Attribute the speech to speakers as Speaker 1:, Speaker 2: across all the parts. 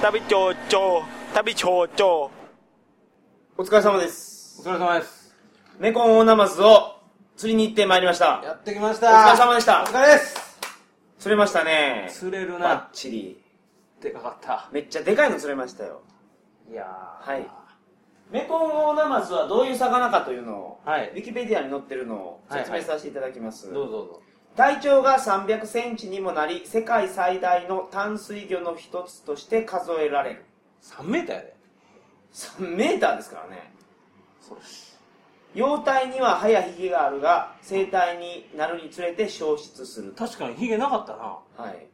Speaker 1: 旅町長旅町長
Speaker 2: お疲れ様です。
Speaker 3: お疲れ様です。
Speaker 2: メコンオオナマズを釣りに行ってまいりました。
Speaker 3: やってきました。
Speaker 2: お疲れ様でした
Speaker 3: お疲れです。
Speaker 2: 釣れましたね。
Speaker 3: 釣れる
Speaker 2: バッ
Speaker 3: な。
Speaker 2: チリ。
Speaker 3: でかかった。
Speaker 2: めっちゃでかいの釣れましたよ。
Speaker 3: いやー
Speaker 2: はいメコンオオナマズはどういう魚かというのを、
Speaker 3: はい
Speaker 2: ウィキペディアに載ってるのを説明させていただきます。
Speaker 3: どうぞどうぞ。
Speaker 2: 体長が300センチにもなり、世界最大の淡水魚の一つとして数えられる。
Speaker 3: 3メーターやで。
Speaker 2: 3メーターですからね。
Speaker 3: そうです。
Speaker 2: 幼体には歯やひげがあるが、生体になるにつれて消失すると。
Speaker 3: 確かにヒゲなかったな。
Speaker 2: はい。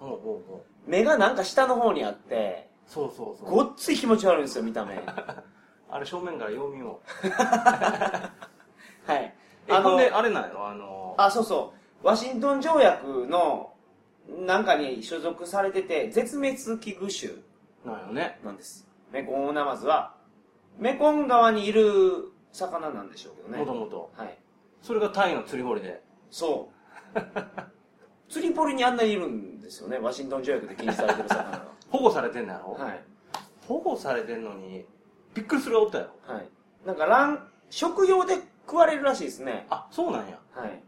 Speaker 3: おうおうおう
Speaker 2: 目がなんか下の方にあって、
Speaker 3: そうそうそう。
Speaker 2: ごっつい気持ち悪いんですよ、見 た目。は
Speaker 3: あれ正面から読みよう。
Speaker 2: い。
Speaker 3: え、ほん で、あれなんやろあの
Speaker 2: あ、そうそう。ワシントン条約の、なんかに所属されてて、絶滅危惧種
Speaker 3: なんよね。
Speaker 2: なんです。メコンオオナマズは、メコン川にいる魚なんでしょうけどね。
Speaker 3: もともと。
Speaker 2: はい。
Speaker 3: それがタイの釣り堀で。
Speaker 2: そう。 釣り堀にあんなにいるんですよね、ワシントン条約で禁止されてる魚が。
Speaker 3: 保護されてんのやろ
Speaker 2: はい。
Speaker 3: 保護されてんのに、びっくりするがおったよ。
Speaker 2: はい。なんか、卵、食用で食われるらしいですね。
Speaker 3: あ、そうなんや。
Speaker 2: はい。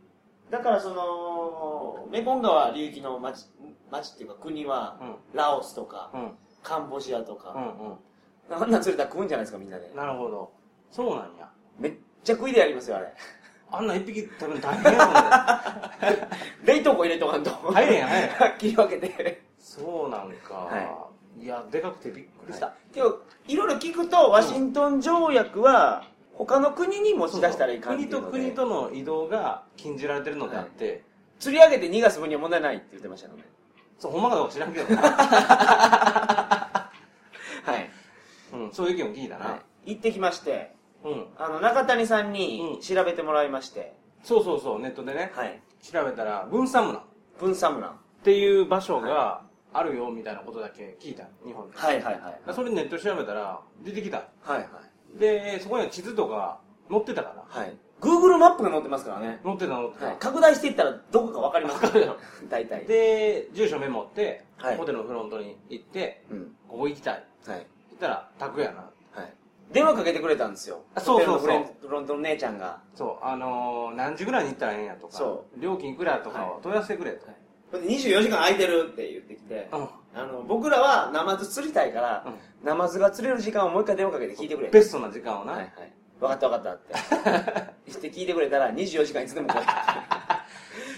Speaker 2: だからその、メコン川流域の町、町っていうか国は、
Speaker 3: う
Speaker 2: ラオスとか、
Speaker 3: ん。うん。
Speaker 2: カンボジアと
Speaker 3: う
Speaker 2: か、
Speaker 3: ん
Speaker 2: あんなん釣れたら食うんじゃないですか、みんなで
Speaker 3: うん。。なるほど。そうなんや。
Speaker 2: めっちゃ食いでやりますよ、あれ。
Speaker 3: あんな一匹食べるの大変やもんね。
Speaker 2: 冷凍庫入れとかんと。は
Speaker 3: 入れんや入れ ん
Speaker 2: 切り分けて。
Speaker 3: そうなんか、、
Speaker 2: はい
Speaker 3: やでかくてびっくりした、
Speaker 2: 今日、いろいろ聞くと、ワシントン条約は、他の国に持ち出したらいかんってい
Speaker 3: 国
Speaker 2: うの
Speaker 3: と
Speaker 2: で
Speaker 3: 国との移動が禁じられてるのであって、
Speaker 2: 釣り上げて逃がす分には問題ないって言ってましたので。
Speaker 3: そうほんまかどうか知らんけど な、
Speaker 2: はい。
Speaker 3: うん、そういう意見を聞いたな、
Speaker 2: はい行ってきまして、
Speaker 3: うん、
Speaker 2: あの、中谷さん
Speaker 3: う
Speaker 2: に
Speaker 3: ん
Speaker 2: 調べてもらいまして、
Speaker 3: そうそうそうネットでね、
Speaker 2: はい。
Speaker 3: 調べたら分散村っ
Speaker 2: 分散村。
Speaker 3: ていう場所があるよみたいなことだけ聞いた日本で、
Speaker 2: はいはいはい
Speaker 3: それネットで調べたら出てきた
Speaker 2: はいはい
Speaker 3: でそこには地図とか載ってたから
Speaker 2: はい Google マップが載ってますからね、
Speaker 3: 載ってた載ってた、
Speaker 2: はい、拡大していったらどこか分かります
Speaker 3: わ かるよ
Speaker 2: 大体
Speaker 3: で住所メモって、
Speaker 2: はい
Speaker 3: ホテルのフロントに行って
Speaker 2: うん
Speaker 3: ここ行きたいって
Speaker 2: はい
Speaker 3: 言ったら拓やな
Speaker 2: はい電話かけてくれたんですよ
Speaker 3: あそうそうそ
Speaker 2: ホ
Speaker 3: う
Speaker 2: テルのフレンフロントの姉ちゃんが
Speaker 3: そう、あのー何時ぐらいに行ったらええんやとか
Speaker 2: そ、
Speaker 3: 料金いくらとか
Speaker 2: は
Speaker 3: を問い合わせてくれと。
Speaker 2: ほんで24時間空いてるって言ってきて
Speaker 3: うん
Speaker 2: あの僕らはナマズ釣りたいから、
Speaker 3: うん
Speaker 2: ナマズが釣れる時間をもう一回電話かけて聞いてくれ
Speaker 3: ベストな時間をな。
Speaker 2: はいはい分かった分かったって して聞いてくれたら24時間いつでも来いって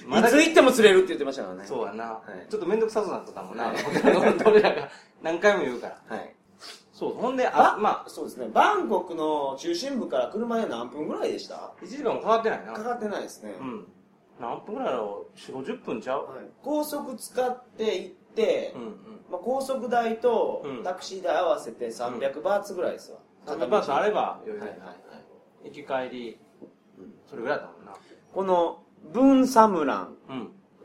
Speaker 3: まだ
Speaker 2: いつ行っても釣れるって言ってましたからね
Speaker 3: そうやな、
Speaker 2: い
Speaker 3: ちょっとめんどくさそうなっとったもんな。
Speaker 2: はい
Speaker 3: 俺らが何回も言うから。
Speaker 2: はい
Speaker 3: そう、ほんで、
Speaker 2: あ
Speaker 3: あ、ま
Speaker 2: そうですねバンコクの中心部から車で何分ぐらいでした
Speaker 3: あ、1時間もかかってないな。
Speaker 2: かかってないですね、
Speaker 3: うん。何分ぐらいだろう ?4、50分ちゃう
Speaker 2: はい高速使って行って、
Speaker 3: うんうん。
Speaker 2: まあ、高速代と
Speaker 3: うん
Speaker 2: タクシー代合わせて300バーツぐらいですわ、
Speaker 3: 300バースあれば余裕
Speaker 2: は
Speaker 3: だ
Speaker 2: いは
Speaker 3: よ
Speaker 2: い
Speaker 3: な、
Speaker 2: はい
Speaker 3: 行き帰り、それぐらいだもんな。
Speaker 2: この文サムラン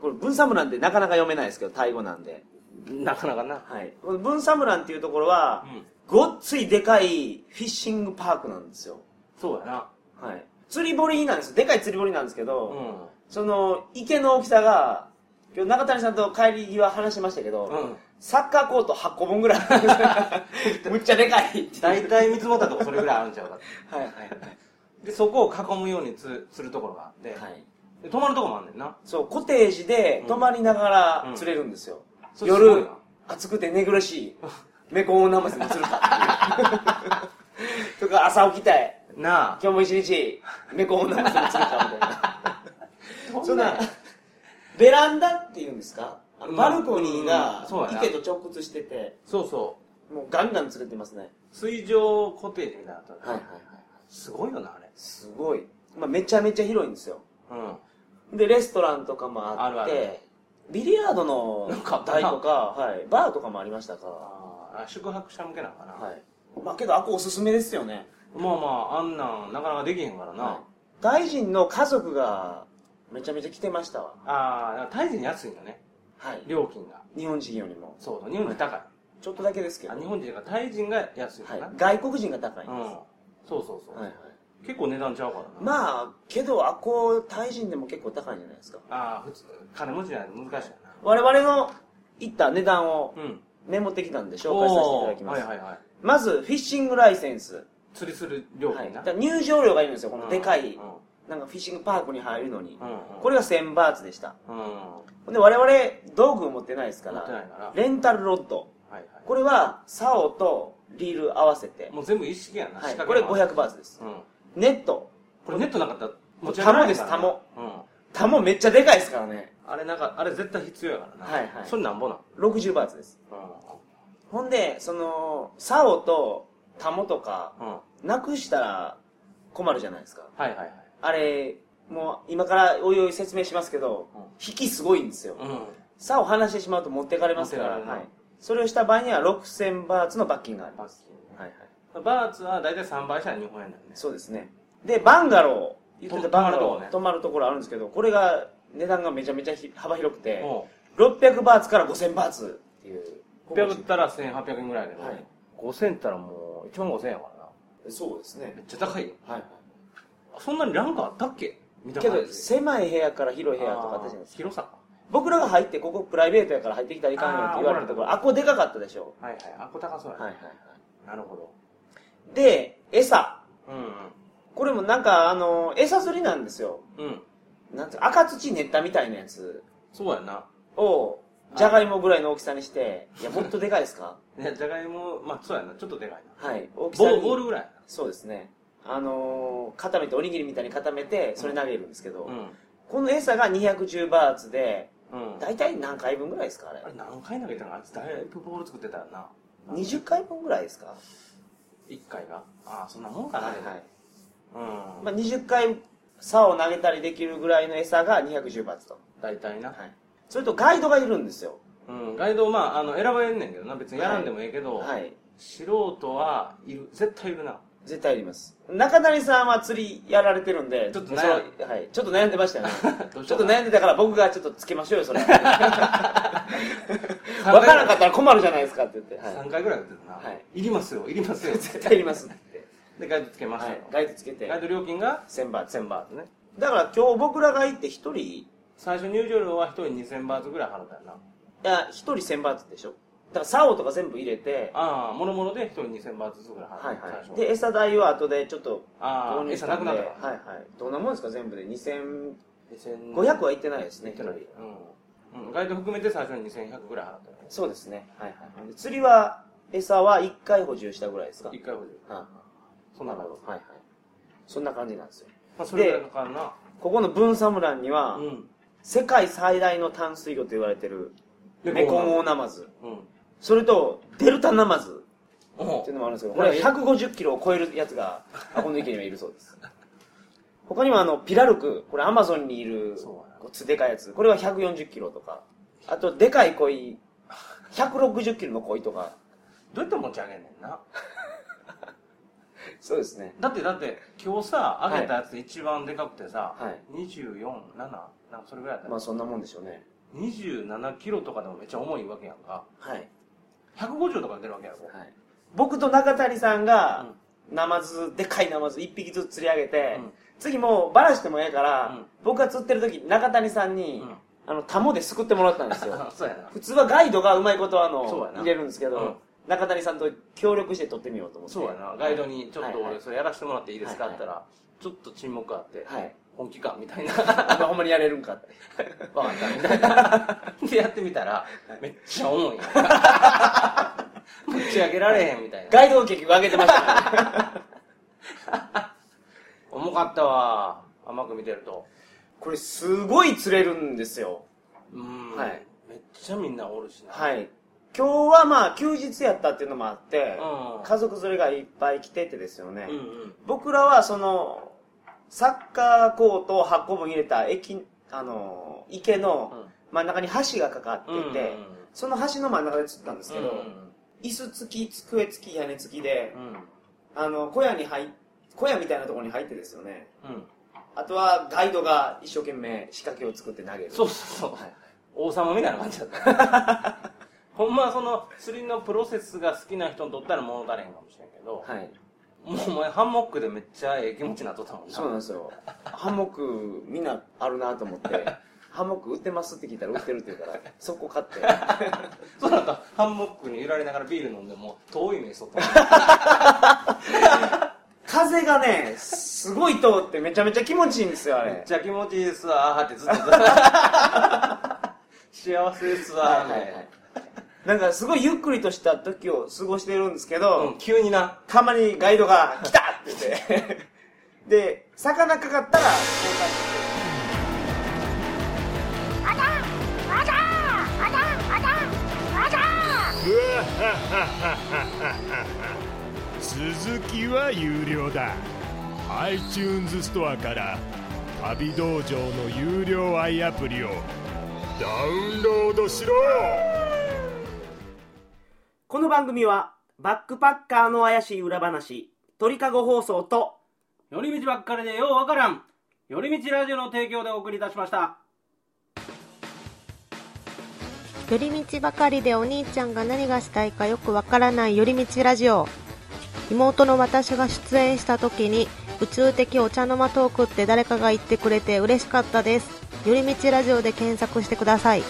Speaker 3: う
Speaker 2: これ文サムランってなかなか読めないですけどタイ語なんで、
Speaker 3: ん。なかなかな。
Speaker 2: はい、この文サムランっていうところは
Speaker 3: う、ん。
Speaker 2: ごっついでかいフィッシングパークなんですよ、
Speaker 3: そうやな。
Speaker 2: はい、釣り堀なんですよでかい釣り堀なんですけど、
Speaker 3: うん。
Speaker 2: その池の大きさが今日中谷さんと帰り際話しましたけど、
Speaker 3: うん。
Speaker 2: サッカーコート8個分 ぐらいむっちゃでかいって
Speaker 3: 大体見積もったとこそれぐらいあるんちゃうかって
Speaker 2: はいはい
Speaker 3: で、そこを囲むようにつするところがあって、
Speaker 2: はい
Speaker 3: で泊まるとこもあんねんな。
Speaker 2: そうコテージで泊まりながら釣れるんですよ、
Speaker 3: うんそれすごい
Speaker 2: 夜
Speaker 3: な
Speaker 2: 暑くて寝苦し いメコンを生でも釣るかっていうとか朝起きたい
Speaker 3: なあ。
Speaker 2: 今日も一日メコンを生でも釣るかみたいなそんなベランダっていうんですかあの
Speaker 3: うん
Speaker 2: バルコニー
Speaker 3: う
Speaker 2: が
Speaker 3: んそうやな
Speaker 2: 池と直結してて
Speaker 3: そうそ
Speaker 2: もうガンガン釣れてますね
Speaker 3: う。水上コテージみたいなのあった
Speaker 2: はいはい
Speaker 3: ね
Speaker 2: はい
Speaker 3: すごいよな、あれ。
Speaker 2: すごい、まあ、めちゃめちゃ広いんですよ
Speaker 3: うん。
Speaker 2: でレストランとかもあって
Speaker 3: あるある
Speaker 2: ビリヤードの
Speaker 3: なんかあったな
Speaker 2: 台とかはい、バーとかもありましたから、
Speaker 3: ああ、宿泊者向けなのかな。
Speaker 2: はいまあ、けどあこおすすめですよね、
Speaker 3: まあまあ、あんなん、なかなかできへんからな。
Speaker 2: はい大臣の家族がめちゃめちゃ来てましたわ、
Speaker 3: ああ、大事に安いのね。
Speaker 2: はい、
Speaker 3: 料金が。
Speaker 2: 日本人よりも
Speaker 3: そうそう、日本人高い。
Speaker 2: ちょっとだけですけど、
Speaker 3: あ
Speaker 2: は
Speaker 3: 日
Speaker 2: い、
Speaker 3: 本人がタイ人が安いのかな、
Speaker 2: 外国人が高いん
Speaker 3: うん
Speaker 2: です、。
Speaker 3: そうそうそう、
Speaker 2: はいはい、
Speaker 3: 結構値段ちゃうからな。
Speaker 2: まあけどあこ大臣でも結構高いんじゃないですか
Speaker 3: ああ、普通、金持ちじゃないと難しいよ
Speaker 2: 我々の行った値段を
Speaker 3: な。うん。
Speaker 2: メモってきたんで紹介させていた
Speaker 3: お
Speaker 2: だ
Speaker 3: ー
Speaker 2: きます。
Speaker 3: はいはいはい。
Speaker 2: まず、フィッシングライセンス。
Speaker 3: 釣りする料
Speaker 2: はい、
Speaker 3: 金な。
Speaker 2: だから入場料がいるんですよ、このでかい、
Speaker 3: うんうん
Speaker 2: なんかフィッシングパークに入るのに。
Speaker 3: うん
Speaker 2: これが1000バーツでした。
Speaker 3: うん。
Speaker 2: で、我々、道具を持ってないですか
Speaker 3: 持ってない
Speaker 2: ら、
Speaker 3: から。はい
Speaker 2: レンタルロッド。
Speaker 3: はい。
Speaker 2: これは、竿とリール合わせて、
Speaker 3: もう全部意識やな。
Speaker 2: はい、
Speaker 3: 仕掛け
Speaker 2: これ
Speaker 3: は。
Speaker 2: 500バーツです。
Speaker 3: うん。
Speaker 2: ネット。
Speaker 3: これネットなかったら持ち上げ
Speaker 2: タ
Speaker 3: ら
Speaker 2: モで
Speaker 3: れへん
Speaker 2: す、
Speaker 3: から
Speaker 2: タモ。
Speaker 3: うん。
Speaker 2: タモめっちゃでかいですからね。
Speaker 3: あれなんか、あれ絶対必要やからな。
Speaker 2: はいはい
Speaker 3: それなんぼなん。
Speaker 2: 60バーツです。
Speaker 3: う
Speaker 2: ほんで、その、竿とタモとか、
Speaker 3: ん。うん。は
Speaker 2: なくしたら困るじゃないですか。
Speaker 3: いはいはい。
Speaker 2: あれ、もう今からおいおい説明しますけど、
Speaker 3: うん
Speaker 2: 引きすごいんですよ。
Speaker 3: うん。
Speaker 2: 竿を離してしまうと持ってかれますから、
Speaker 3: 持ってか
Speaker 2: は、
Speaker 3: れるない
Speaker 2: それをした場合には6000バーツの罰金があり
Speaker 3: バ
Speaker 2: ま
Speaker 3: ス
Speaker 2: す。
Speaker 3: キ
Speaker 2: はいはい。
Speaker 3: ンバーツは大体3倍したら日本円だよね。
Speaker 2: そうですね。で、バンガロー。言
Speaker 3: と
Speaker 2: ってたバンガ
Speaker 3: 泊
Speaker 2: ロ
Speaker 3: まるとこ
Speaker 2: ー、
Speaker 3: ね
Speaker 2: 泊まるところあるんですけど、これが値段がめちゃめちゃひ幅広くて、
Speaker 3: お
Speaker 2: 600バーツから5000バーツっていう。
Speaker 3: う600ったら1800円ぐらいで、
Speaker 2: は
Speaker 3: はいい、5000ったらもう1万5000円やからな
Speaker 2: そうですね
Speaker 3: めっちゃ高いよ
Speaker 2: はい。
Speaker 3: そんなにランクあったっけみたい
Speaker 2: け
Speaker 3: な
Speaker 2: ど、
Speaker 3: 感じ
Speaker 2: 狭い部屋から広い部屋とかあったじゃないですか。
Speaker 3: 広さ
Speaker 2: 僕らが入って、ここプライベートやから入ってきたらいかんよって言われたところ、あ、ここでかかったでしょ。
Speaker 3: はいはいあこれ高そうやね、
Speaker 2: い
Speaker 3: なるほ
Speaker 2: い。で、餌。
Speaker 3: どうん
Speaker 2: これもなんか、あの、餌釣りなんですよ。
Speaker 3: うんうん
Speaker 2: なんていうか赤土練ったみたいなやつ
Speaker 3: そうやな
Speaker 2: を、じゃがいもぐらいの大きさにして、いや、もっとでかいですか
Speaker 3: いやじゃがいもまあそうやなちょっとでかいな
Speaker 2: はい。大きさ
Speaker 3: ボー
Speaker 2: に。
Speaker 3: ルボールぐらい
Speaker 2: そうですね。あのー固めて、おにぎりみたいに固めて、それ投げるんですけど、
Speaker 3: やな
Speaker 2: この餌が210バーツで、
Speaker 3: うんうん
Speaker 2: だいたい何回分ぐらいですかあれ
Speaker 3: あ。れ何回投げたのあいつだいぶボール作ってたよな
Speaker 2: 20回分ぐらいですか
Speaker 3: 1回がああそんなもんかなでもうん、
Speaker 2: まあ、20回竿を投げたりできるぐらいの餌が210バーツと。
Speaker 3: 大体な、
Speaker 2: はい。それとガイドがいるんですよ。
Speaker 3: うん、ガイドまああの選ばれんねんけどな別にやらんでもええけど、
Speaker 2: はい。
Speaker 3: 素人はいる絶対いるな
Speaker 2: 絶対いります。中谷さんは釣りやられてるんで、
Speaker 3: ちょっと悩
Speaker 2: そうはい。ちょっと悩んでましたよね。
Speaker 3: どうし
Speaker 2: ちょ
Speaker 3: よ
Speaker 2: っと
Speaker 3: うかな
Speaker 2: 悩んでたから僕がちょっとつけましょう よ、それ。 わからなかったら困るじゃないですかって言って。はい。
Speaker 3: 3回ぐらい打ってたな、
Speaker 2: はい
Speaker 3: い、りますよいります よ
Speaker 2: 絶対いりますって言って。
Speaker 3: でガイドつけまし
Speaker 2: は
Speaker 3: た
Speaker 2: い
Speaker 3: よ。、
Speaker 2: ガイドつけて
Speaker 3: ガ。イド料金が
Speaker 2: 1000バーツ。
Speaker 3: 1000バーツね
Speaker 2: だから今日僕らが行って一人、い
Speaker 3: 最初入場料は1人2000バーツぐらい払ったよな
Speaker 2: や、一人1000バーツでしょだから竿とか全部入れて、
Speaker 3: ああもろもろで1人2000バーツずつぐらい払った、
Speaker 2: はいはい。
Speaker 3: 最
Speaker 2: で、
Speaker 3: 初
Speaker 2: 餌代は後でちょっと
Speaker 3: あ
Speaker 2: 購
Speaker 3: あ
Speaker 2: 入し
Speaker 3: 餌
Speaker 2: た
Speaker 3: なん
Speaker 2: で、
Speaker 3: くな
Speaker 2: は
Speaker 3: っ
Speaker 2: い
Speaker 3: た
Speaker 2: は
Speaker 3: から
Speaker 2: い。どんなもんですか、全部で2500
Speaker 3: 2500
Speaker 2: は行ってないですね、
Speaker 3: い
Speaker 2: 一
Speaker 3: く
Speaker 2: 人
Speaker 3: ら。いうん、うん、ガイド含めて最初に2100ぐらい払ったよ
Speaker 2: そうですね。はいはい。で釣りは、餌は1回補充したぐらいですか
Speaker 3: 1回補充
Speaker 2: は
Speaker 3: そんなのよ
Speaker 2: いはい。そんな感じなんですよ。
Speaker 3: まあそれぐらいかかるな
Speaker 2: ここの分サムランには、
Speaker 3: うん
Speaker 2: 世界最大の淡水魚と言われてる、メ
Speaker 3: メ
Speaker 2: コ
Speaker 3: コ
Speaker 2: ン
Speaker 3: ン
Speaker 2: オオナマズ。
Speaker 3: うん
Speaker 2: それと、デルタナマズ。
Speaker 3: お
Speaker 2: っていうのもあるんですけど、これ150キロを超えるやつが、あこの池にはいるそうです。 他にもあの、ピラルク、これアマゾンにいる、
Speaker 3: そうやな
Speaker 2: こうでかいやつ、これは140キロとか、あと、でかい鯉、160キロの鯉とか。
Speaker 3: どうやって持ち上げんねんな
Speaker 2: そうですね。
Speaker 3: だってだって今日さ上げたやつ一番でかくてさ、
Speaker 2: はい
Speaker 3: 247なんかそれぐらいだった、
Speaker 2: まあ、そんなもんでしょうね。
Speaker 3: 27キロとかでもめっちゃ重いわけやんか
Speaker 2: はい。
Speaker 3: 150とか出るわけやろ、
Speaker 2: はい。僕と中谷さんが
Speaker 3: うん、
Speaker 2: ナマズ、でかいナマズ一匹ずつ釣り上げて、
Speaker 3: うん
Speaker 2: 次もうバラしてもええから、
Speaker 3: うん
Speaker 2: 僕が釣ってる時、中谷さんに、
Speaker 3: うん
Speaker 2: あの、タモですくってもらったんですよ。
Speaker 3: あ そうやな
Speaker 2: 普通はガイドがうまいことあ
Speaker 3: そう
Speaker 2: の
Speaker 3: やな
Speaker 2: 入れるんですけど、中谷さんと協力して撮ってみようと思って
Speaker 3: そうやなガイドにちょっと
Speaker 2: はいは
Speaker 3: 俺
Speaker 2: い
Speaker 3: それやらせてもらっていいですか
Speaker 2: はい
Speaker 3: っ
Speaker 2: はい
Speaker 3: て言ったらちょっと沈黙あって
Speaker 2: はい
Speaker 3: 本気かみたいな
Speaker 2: お 前ほんまにやれるんか って
Speaker 3: わかったみたいなでやってみたらめっちゃ重いよ持ち上げられへんみたいな
Speaker 2: ガイドを結局上げてましたからね
Speaker 3: 重かったわ甘く見てると
Speaker 2: これすごい釣れるんですよ
Speaker 3: うん、
Speaker 2: はい
Speaker 3: めっちゃみんなおるしな
Speaker 2: はい今日はまあ休日やったっていうのもあって、
Speaker 3: うん
Speaker 2: 家族連れがいっぱい来ててですよね、
Speaker 3: うんうん
Speaker 2: 僕らはそのサッカーコートを8個分入れた駅あの池の真ん中に橋がかかってて、
Speaker 3: うんうんうん
Speaker 2: その橋の真ん中で釣ったんですけど、
Speaker 3: うん
Speaker 2: 椅子付き机付き屋根付きで
Speaker 3: う、んうん
Speaker 2: あの小屋に入っ小屋みたいなところに入ってですよね
Speaker 3: うん
Speaker 2: あとはガイドが一生懸命仕掛けを作って投げる
Speaker 3: そうそうそう、
Speaker 2: はい
Speaker 3: 王様みたいな感じだった ほんまはその釣りのプロセスが好きな人にとったら物足りへんかもしれんけど、
Speaker 2: はい
Speaker 3: もうお前ハンモックでめっちゃええ気持ちになっとったもんな
Speaker 2: そうなんですよハンモックみんなあるなと思ってハンモック売ってますって聞いたら売ってるって言うから、そこ買って。
Speaker 3: そうなんかハンモックに揺られながらビール飲んでも遠い目そっと見て
Speaker 2: 風がね、すごい通ってめちゃめちゃ気持ちいいんですよ、あ
Speaker 3: めっ
Speaker 2: れ。
Speaker 3: ちゃ気持ちいいですわーって ずっと幸せですわーみたい
Speaker 2: な
Speaker 3: な
Speaker 2: んかすごいゆっくりとした時を過ごしてるんですけど、
Speaker 3: うん急にな
Speaker 2: たまにガイドが来たって言っ て。で、魚かかったら、
Speaker 4: あだあだあだあだあだ
Speaker 5: 続きは有料だ iTunes ストアから旅道場の有料 i アプリをダウンロードしろ
Speaker 2: この番組は、バックパッカーの怪しい裏話、鳥かご放送と、
Speaker 3: 寄り道ばっかりでようわからん寄り道ラジオの提供でお送りいたしました
Speaker 6: 寄り道ばかりでお兄ちゃんが何がしたいかよくわからない寄り道ラジオ妹の私が出演した時に宇宙的お茶の間トークって誰かが言ってくれて嬉しかったです寄り道ラジオで検索してください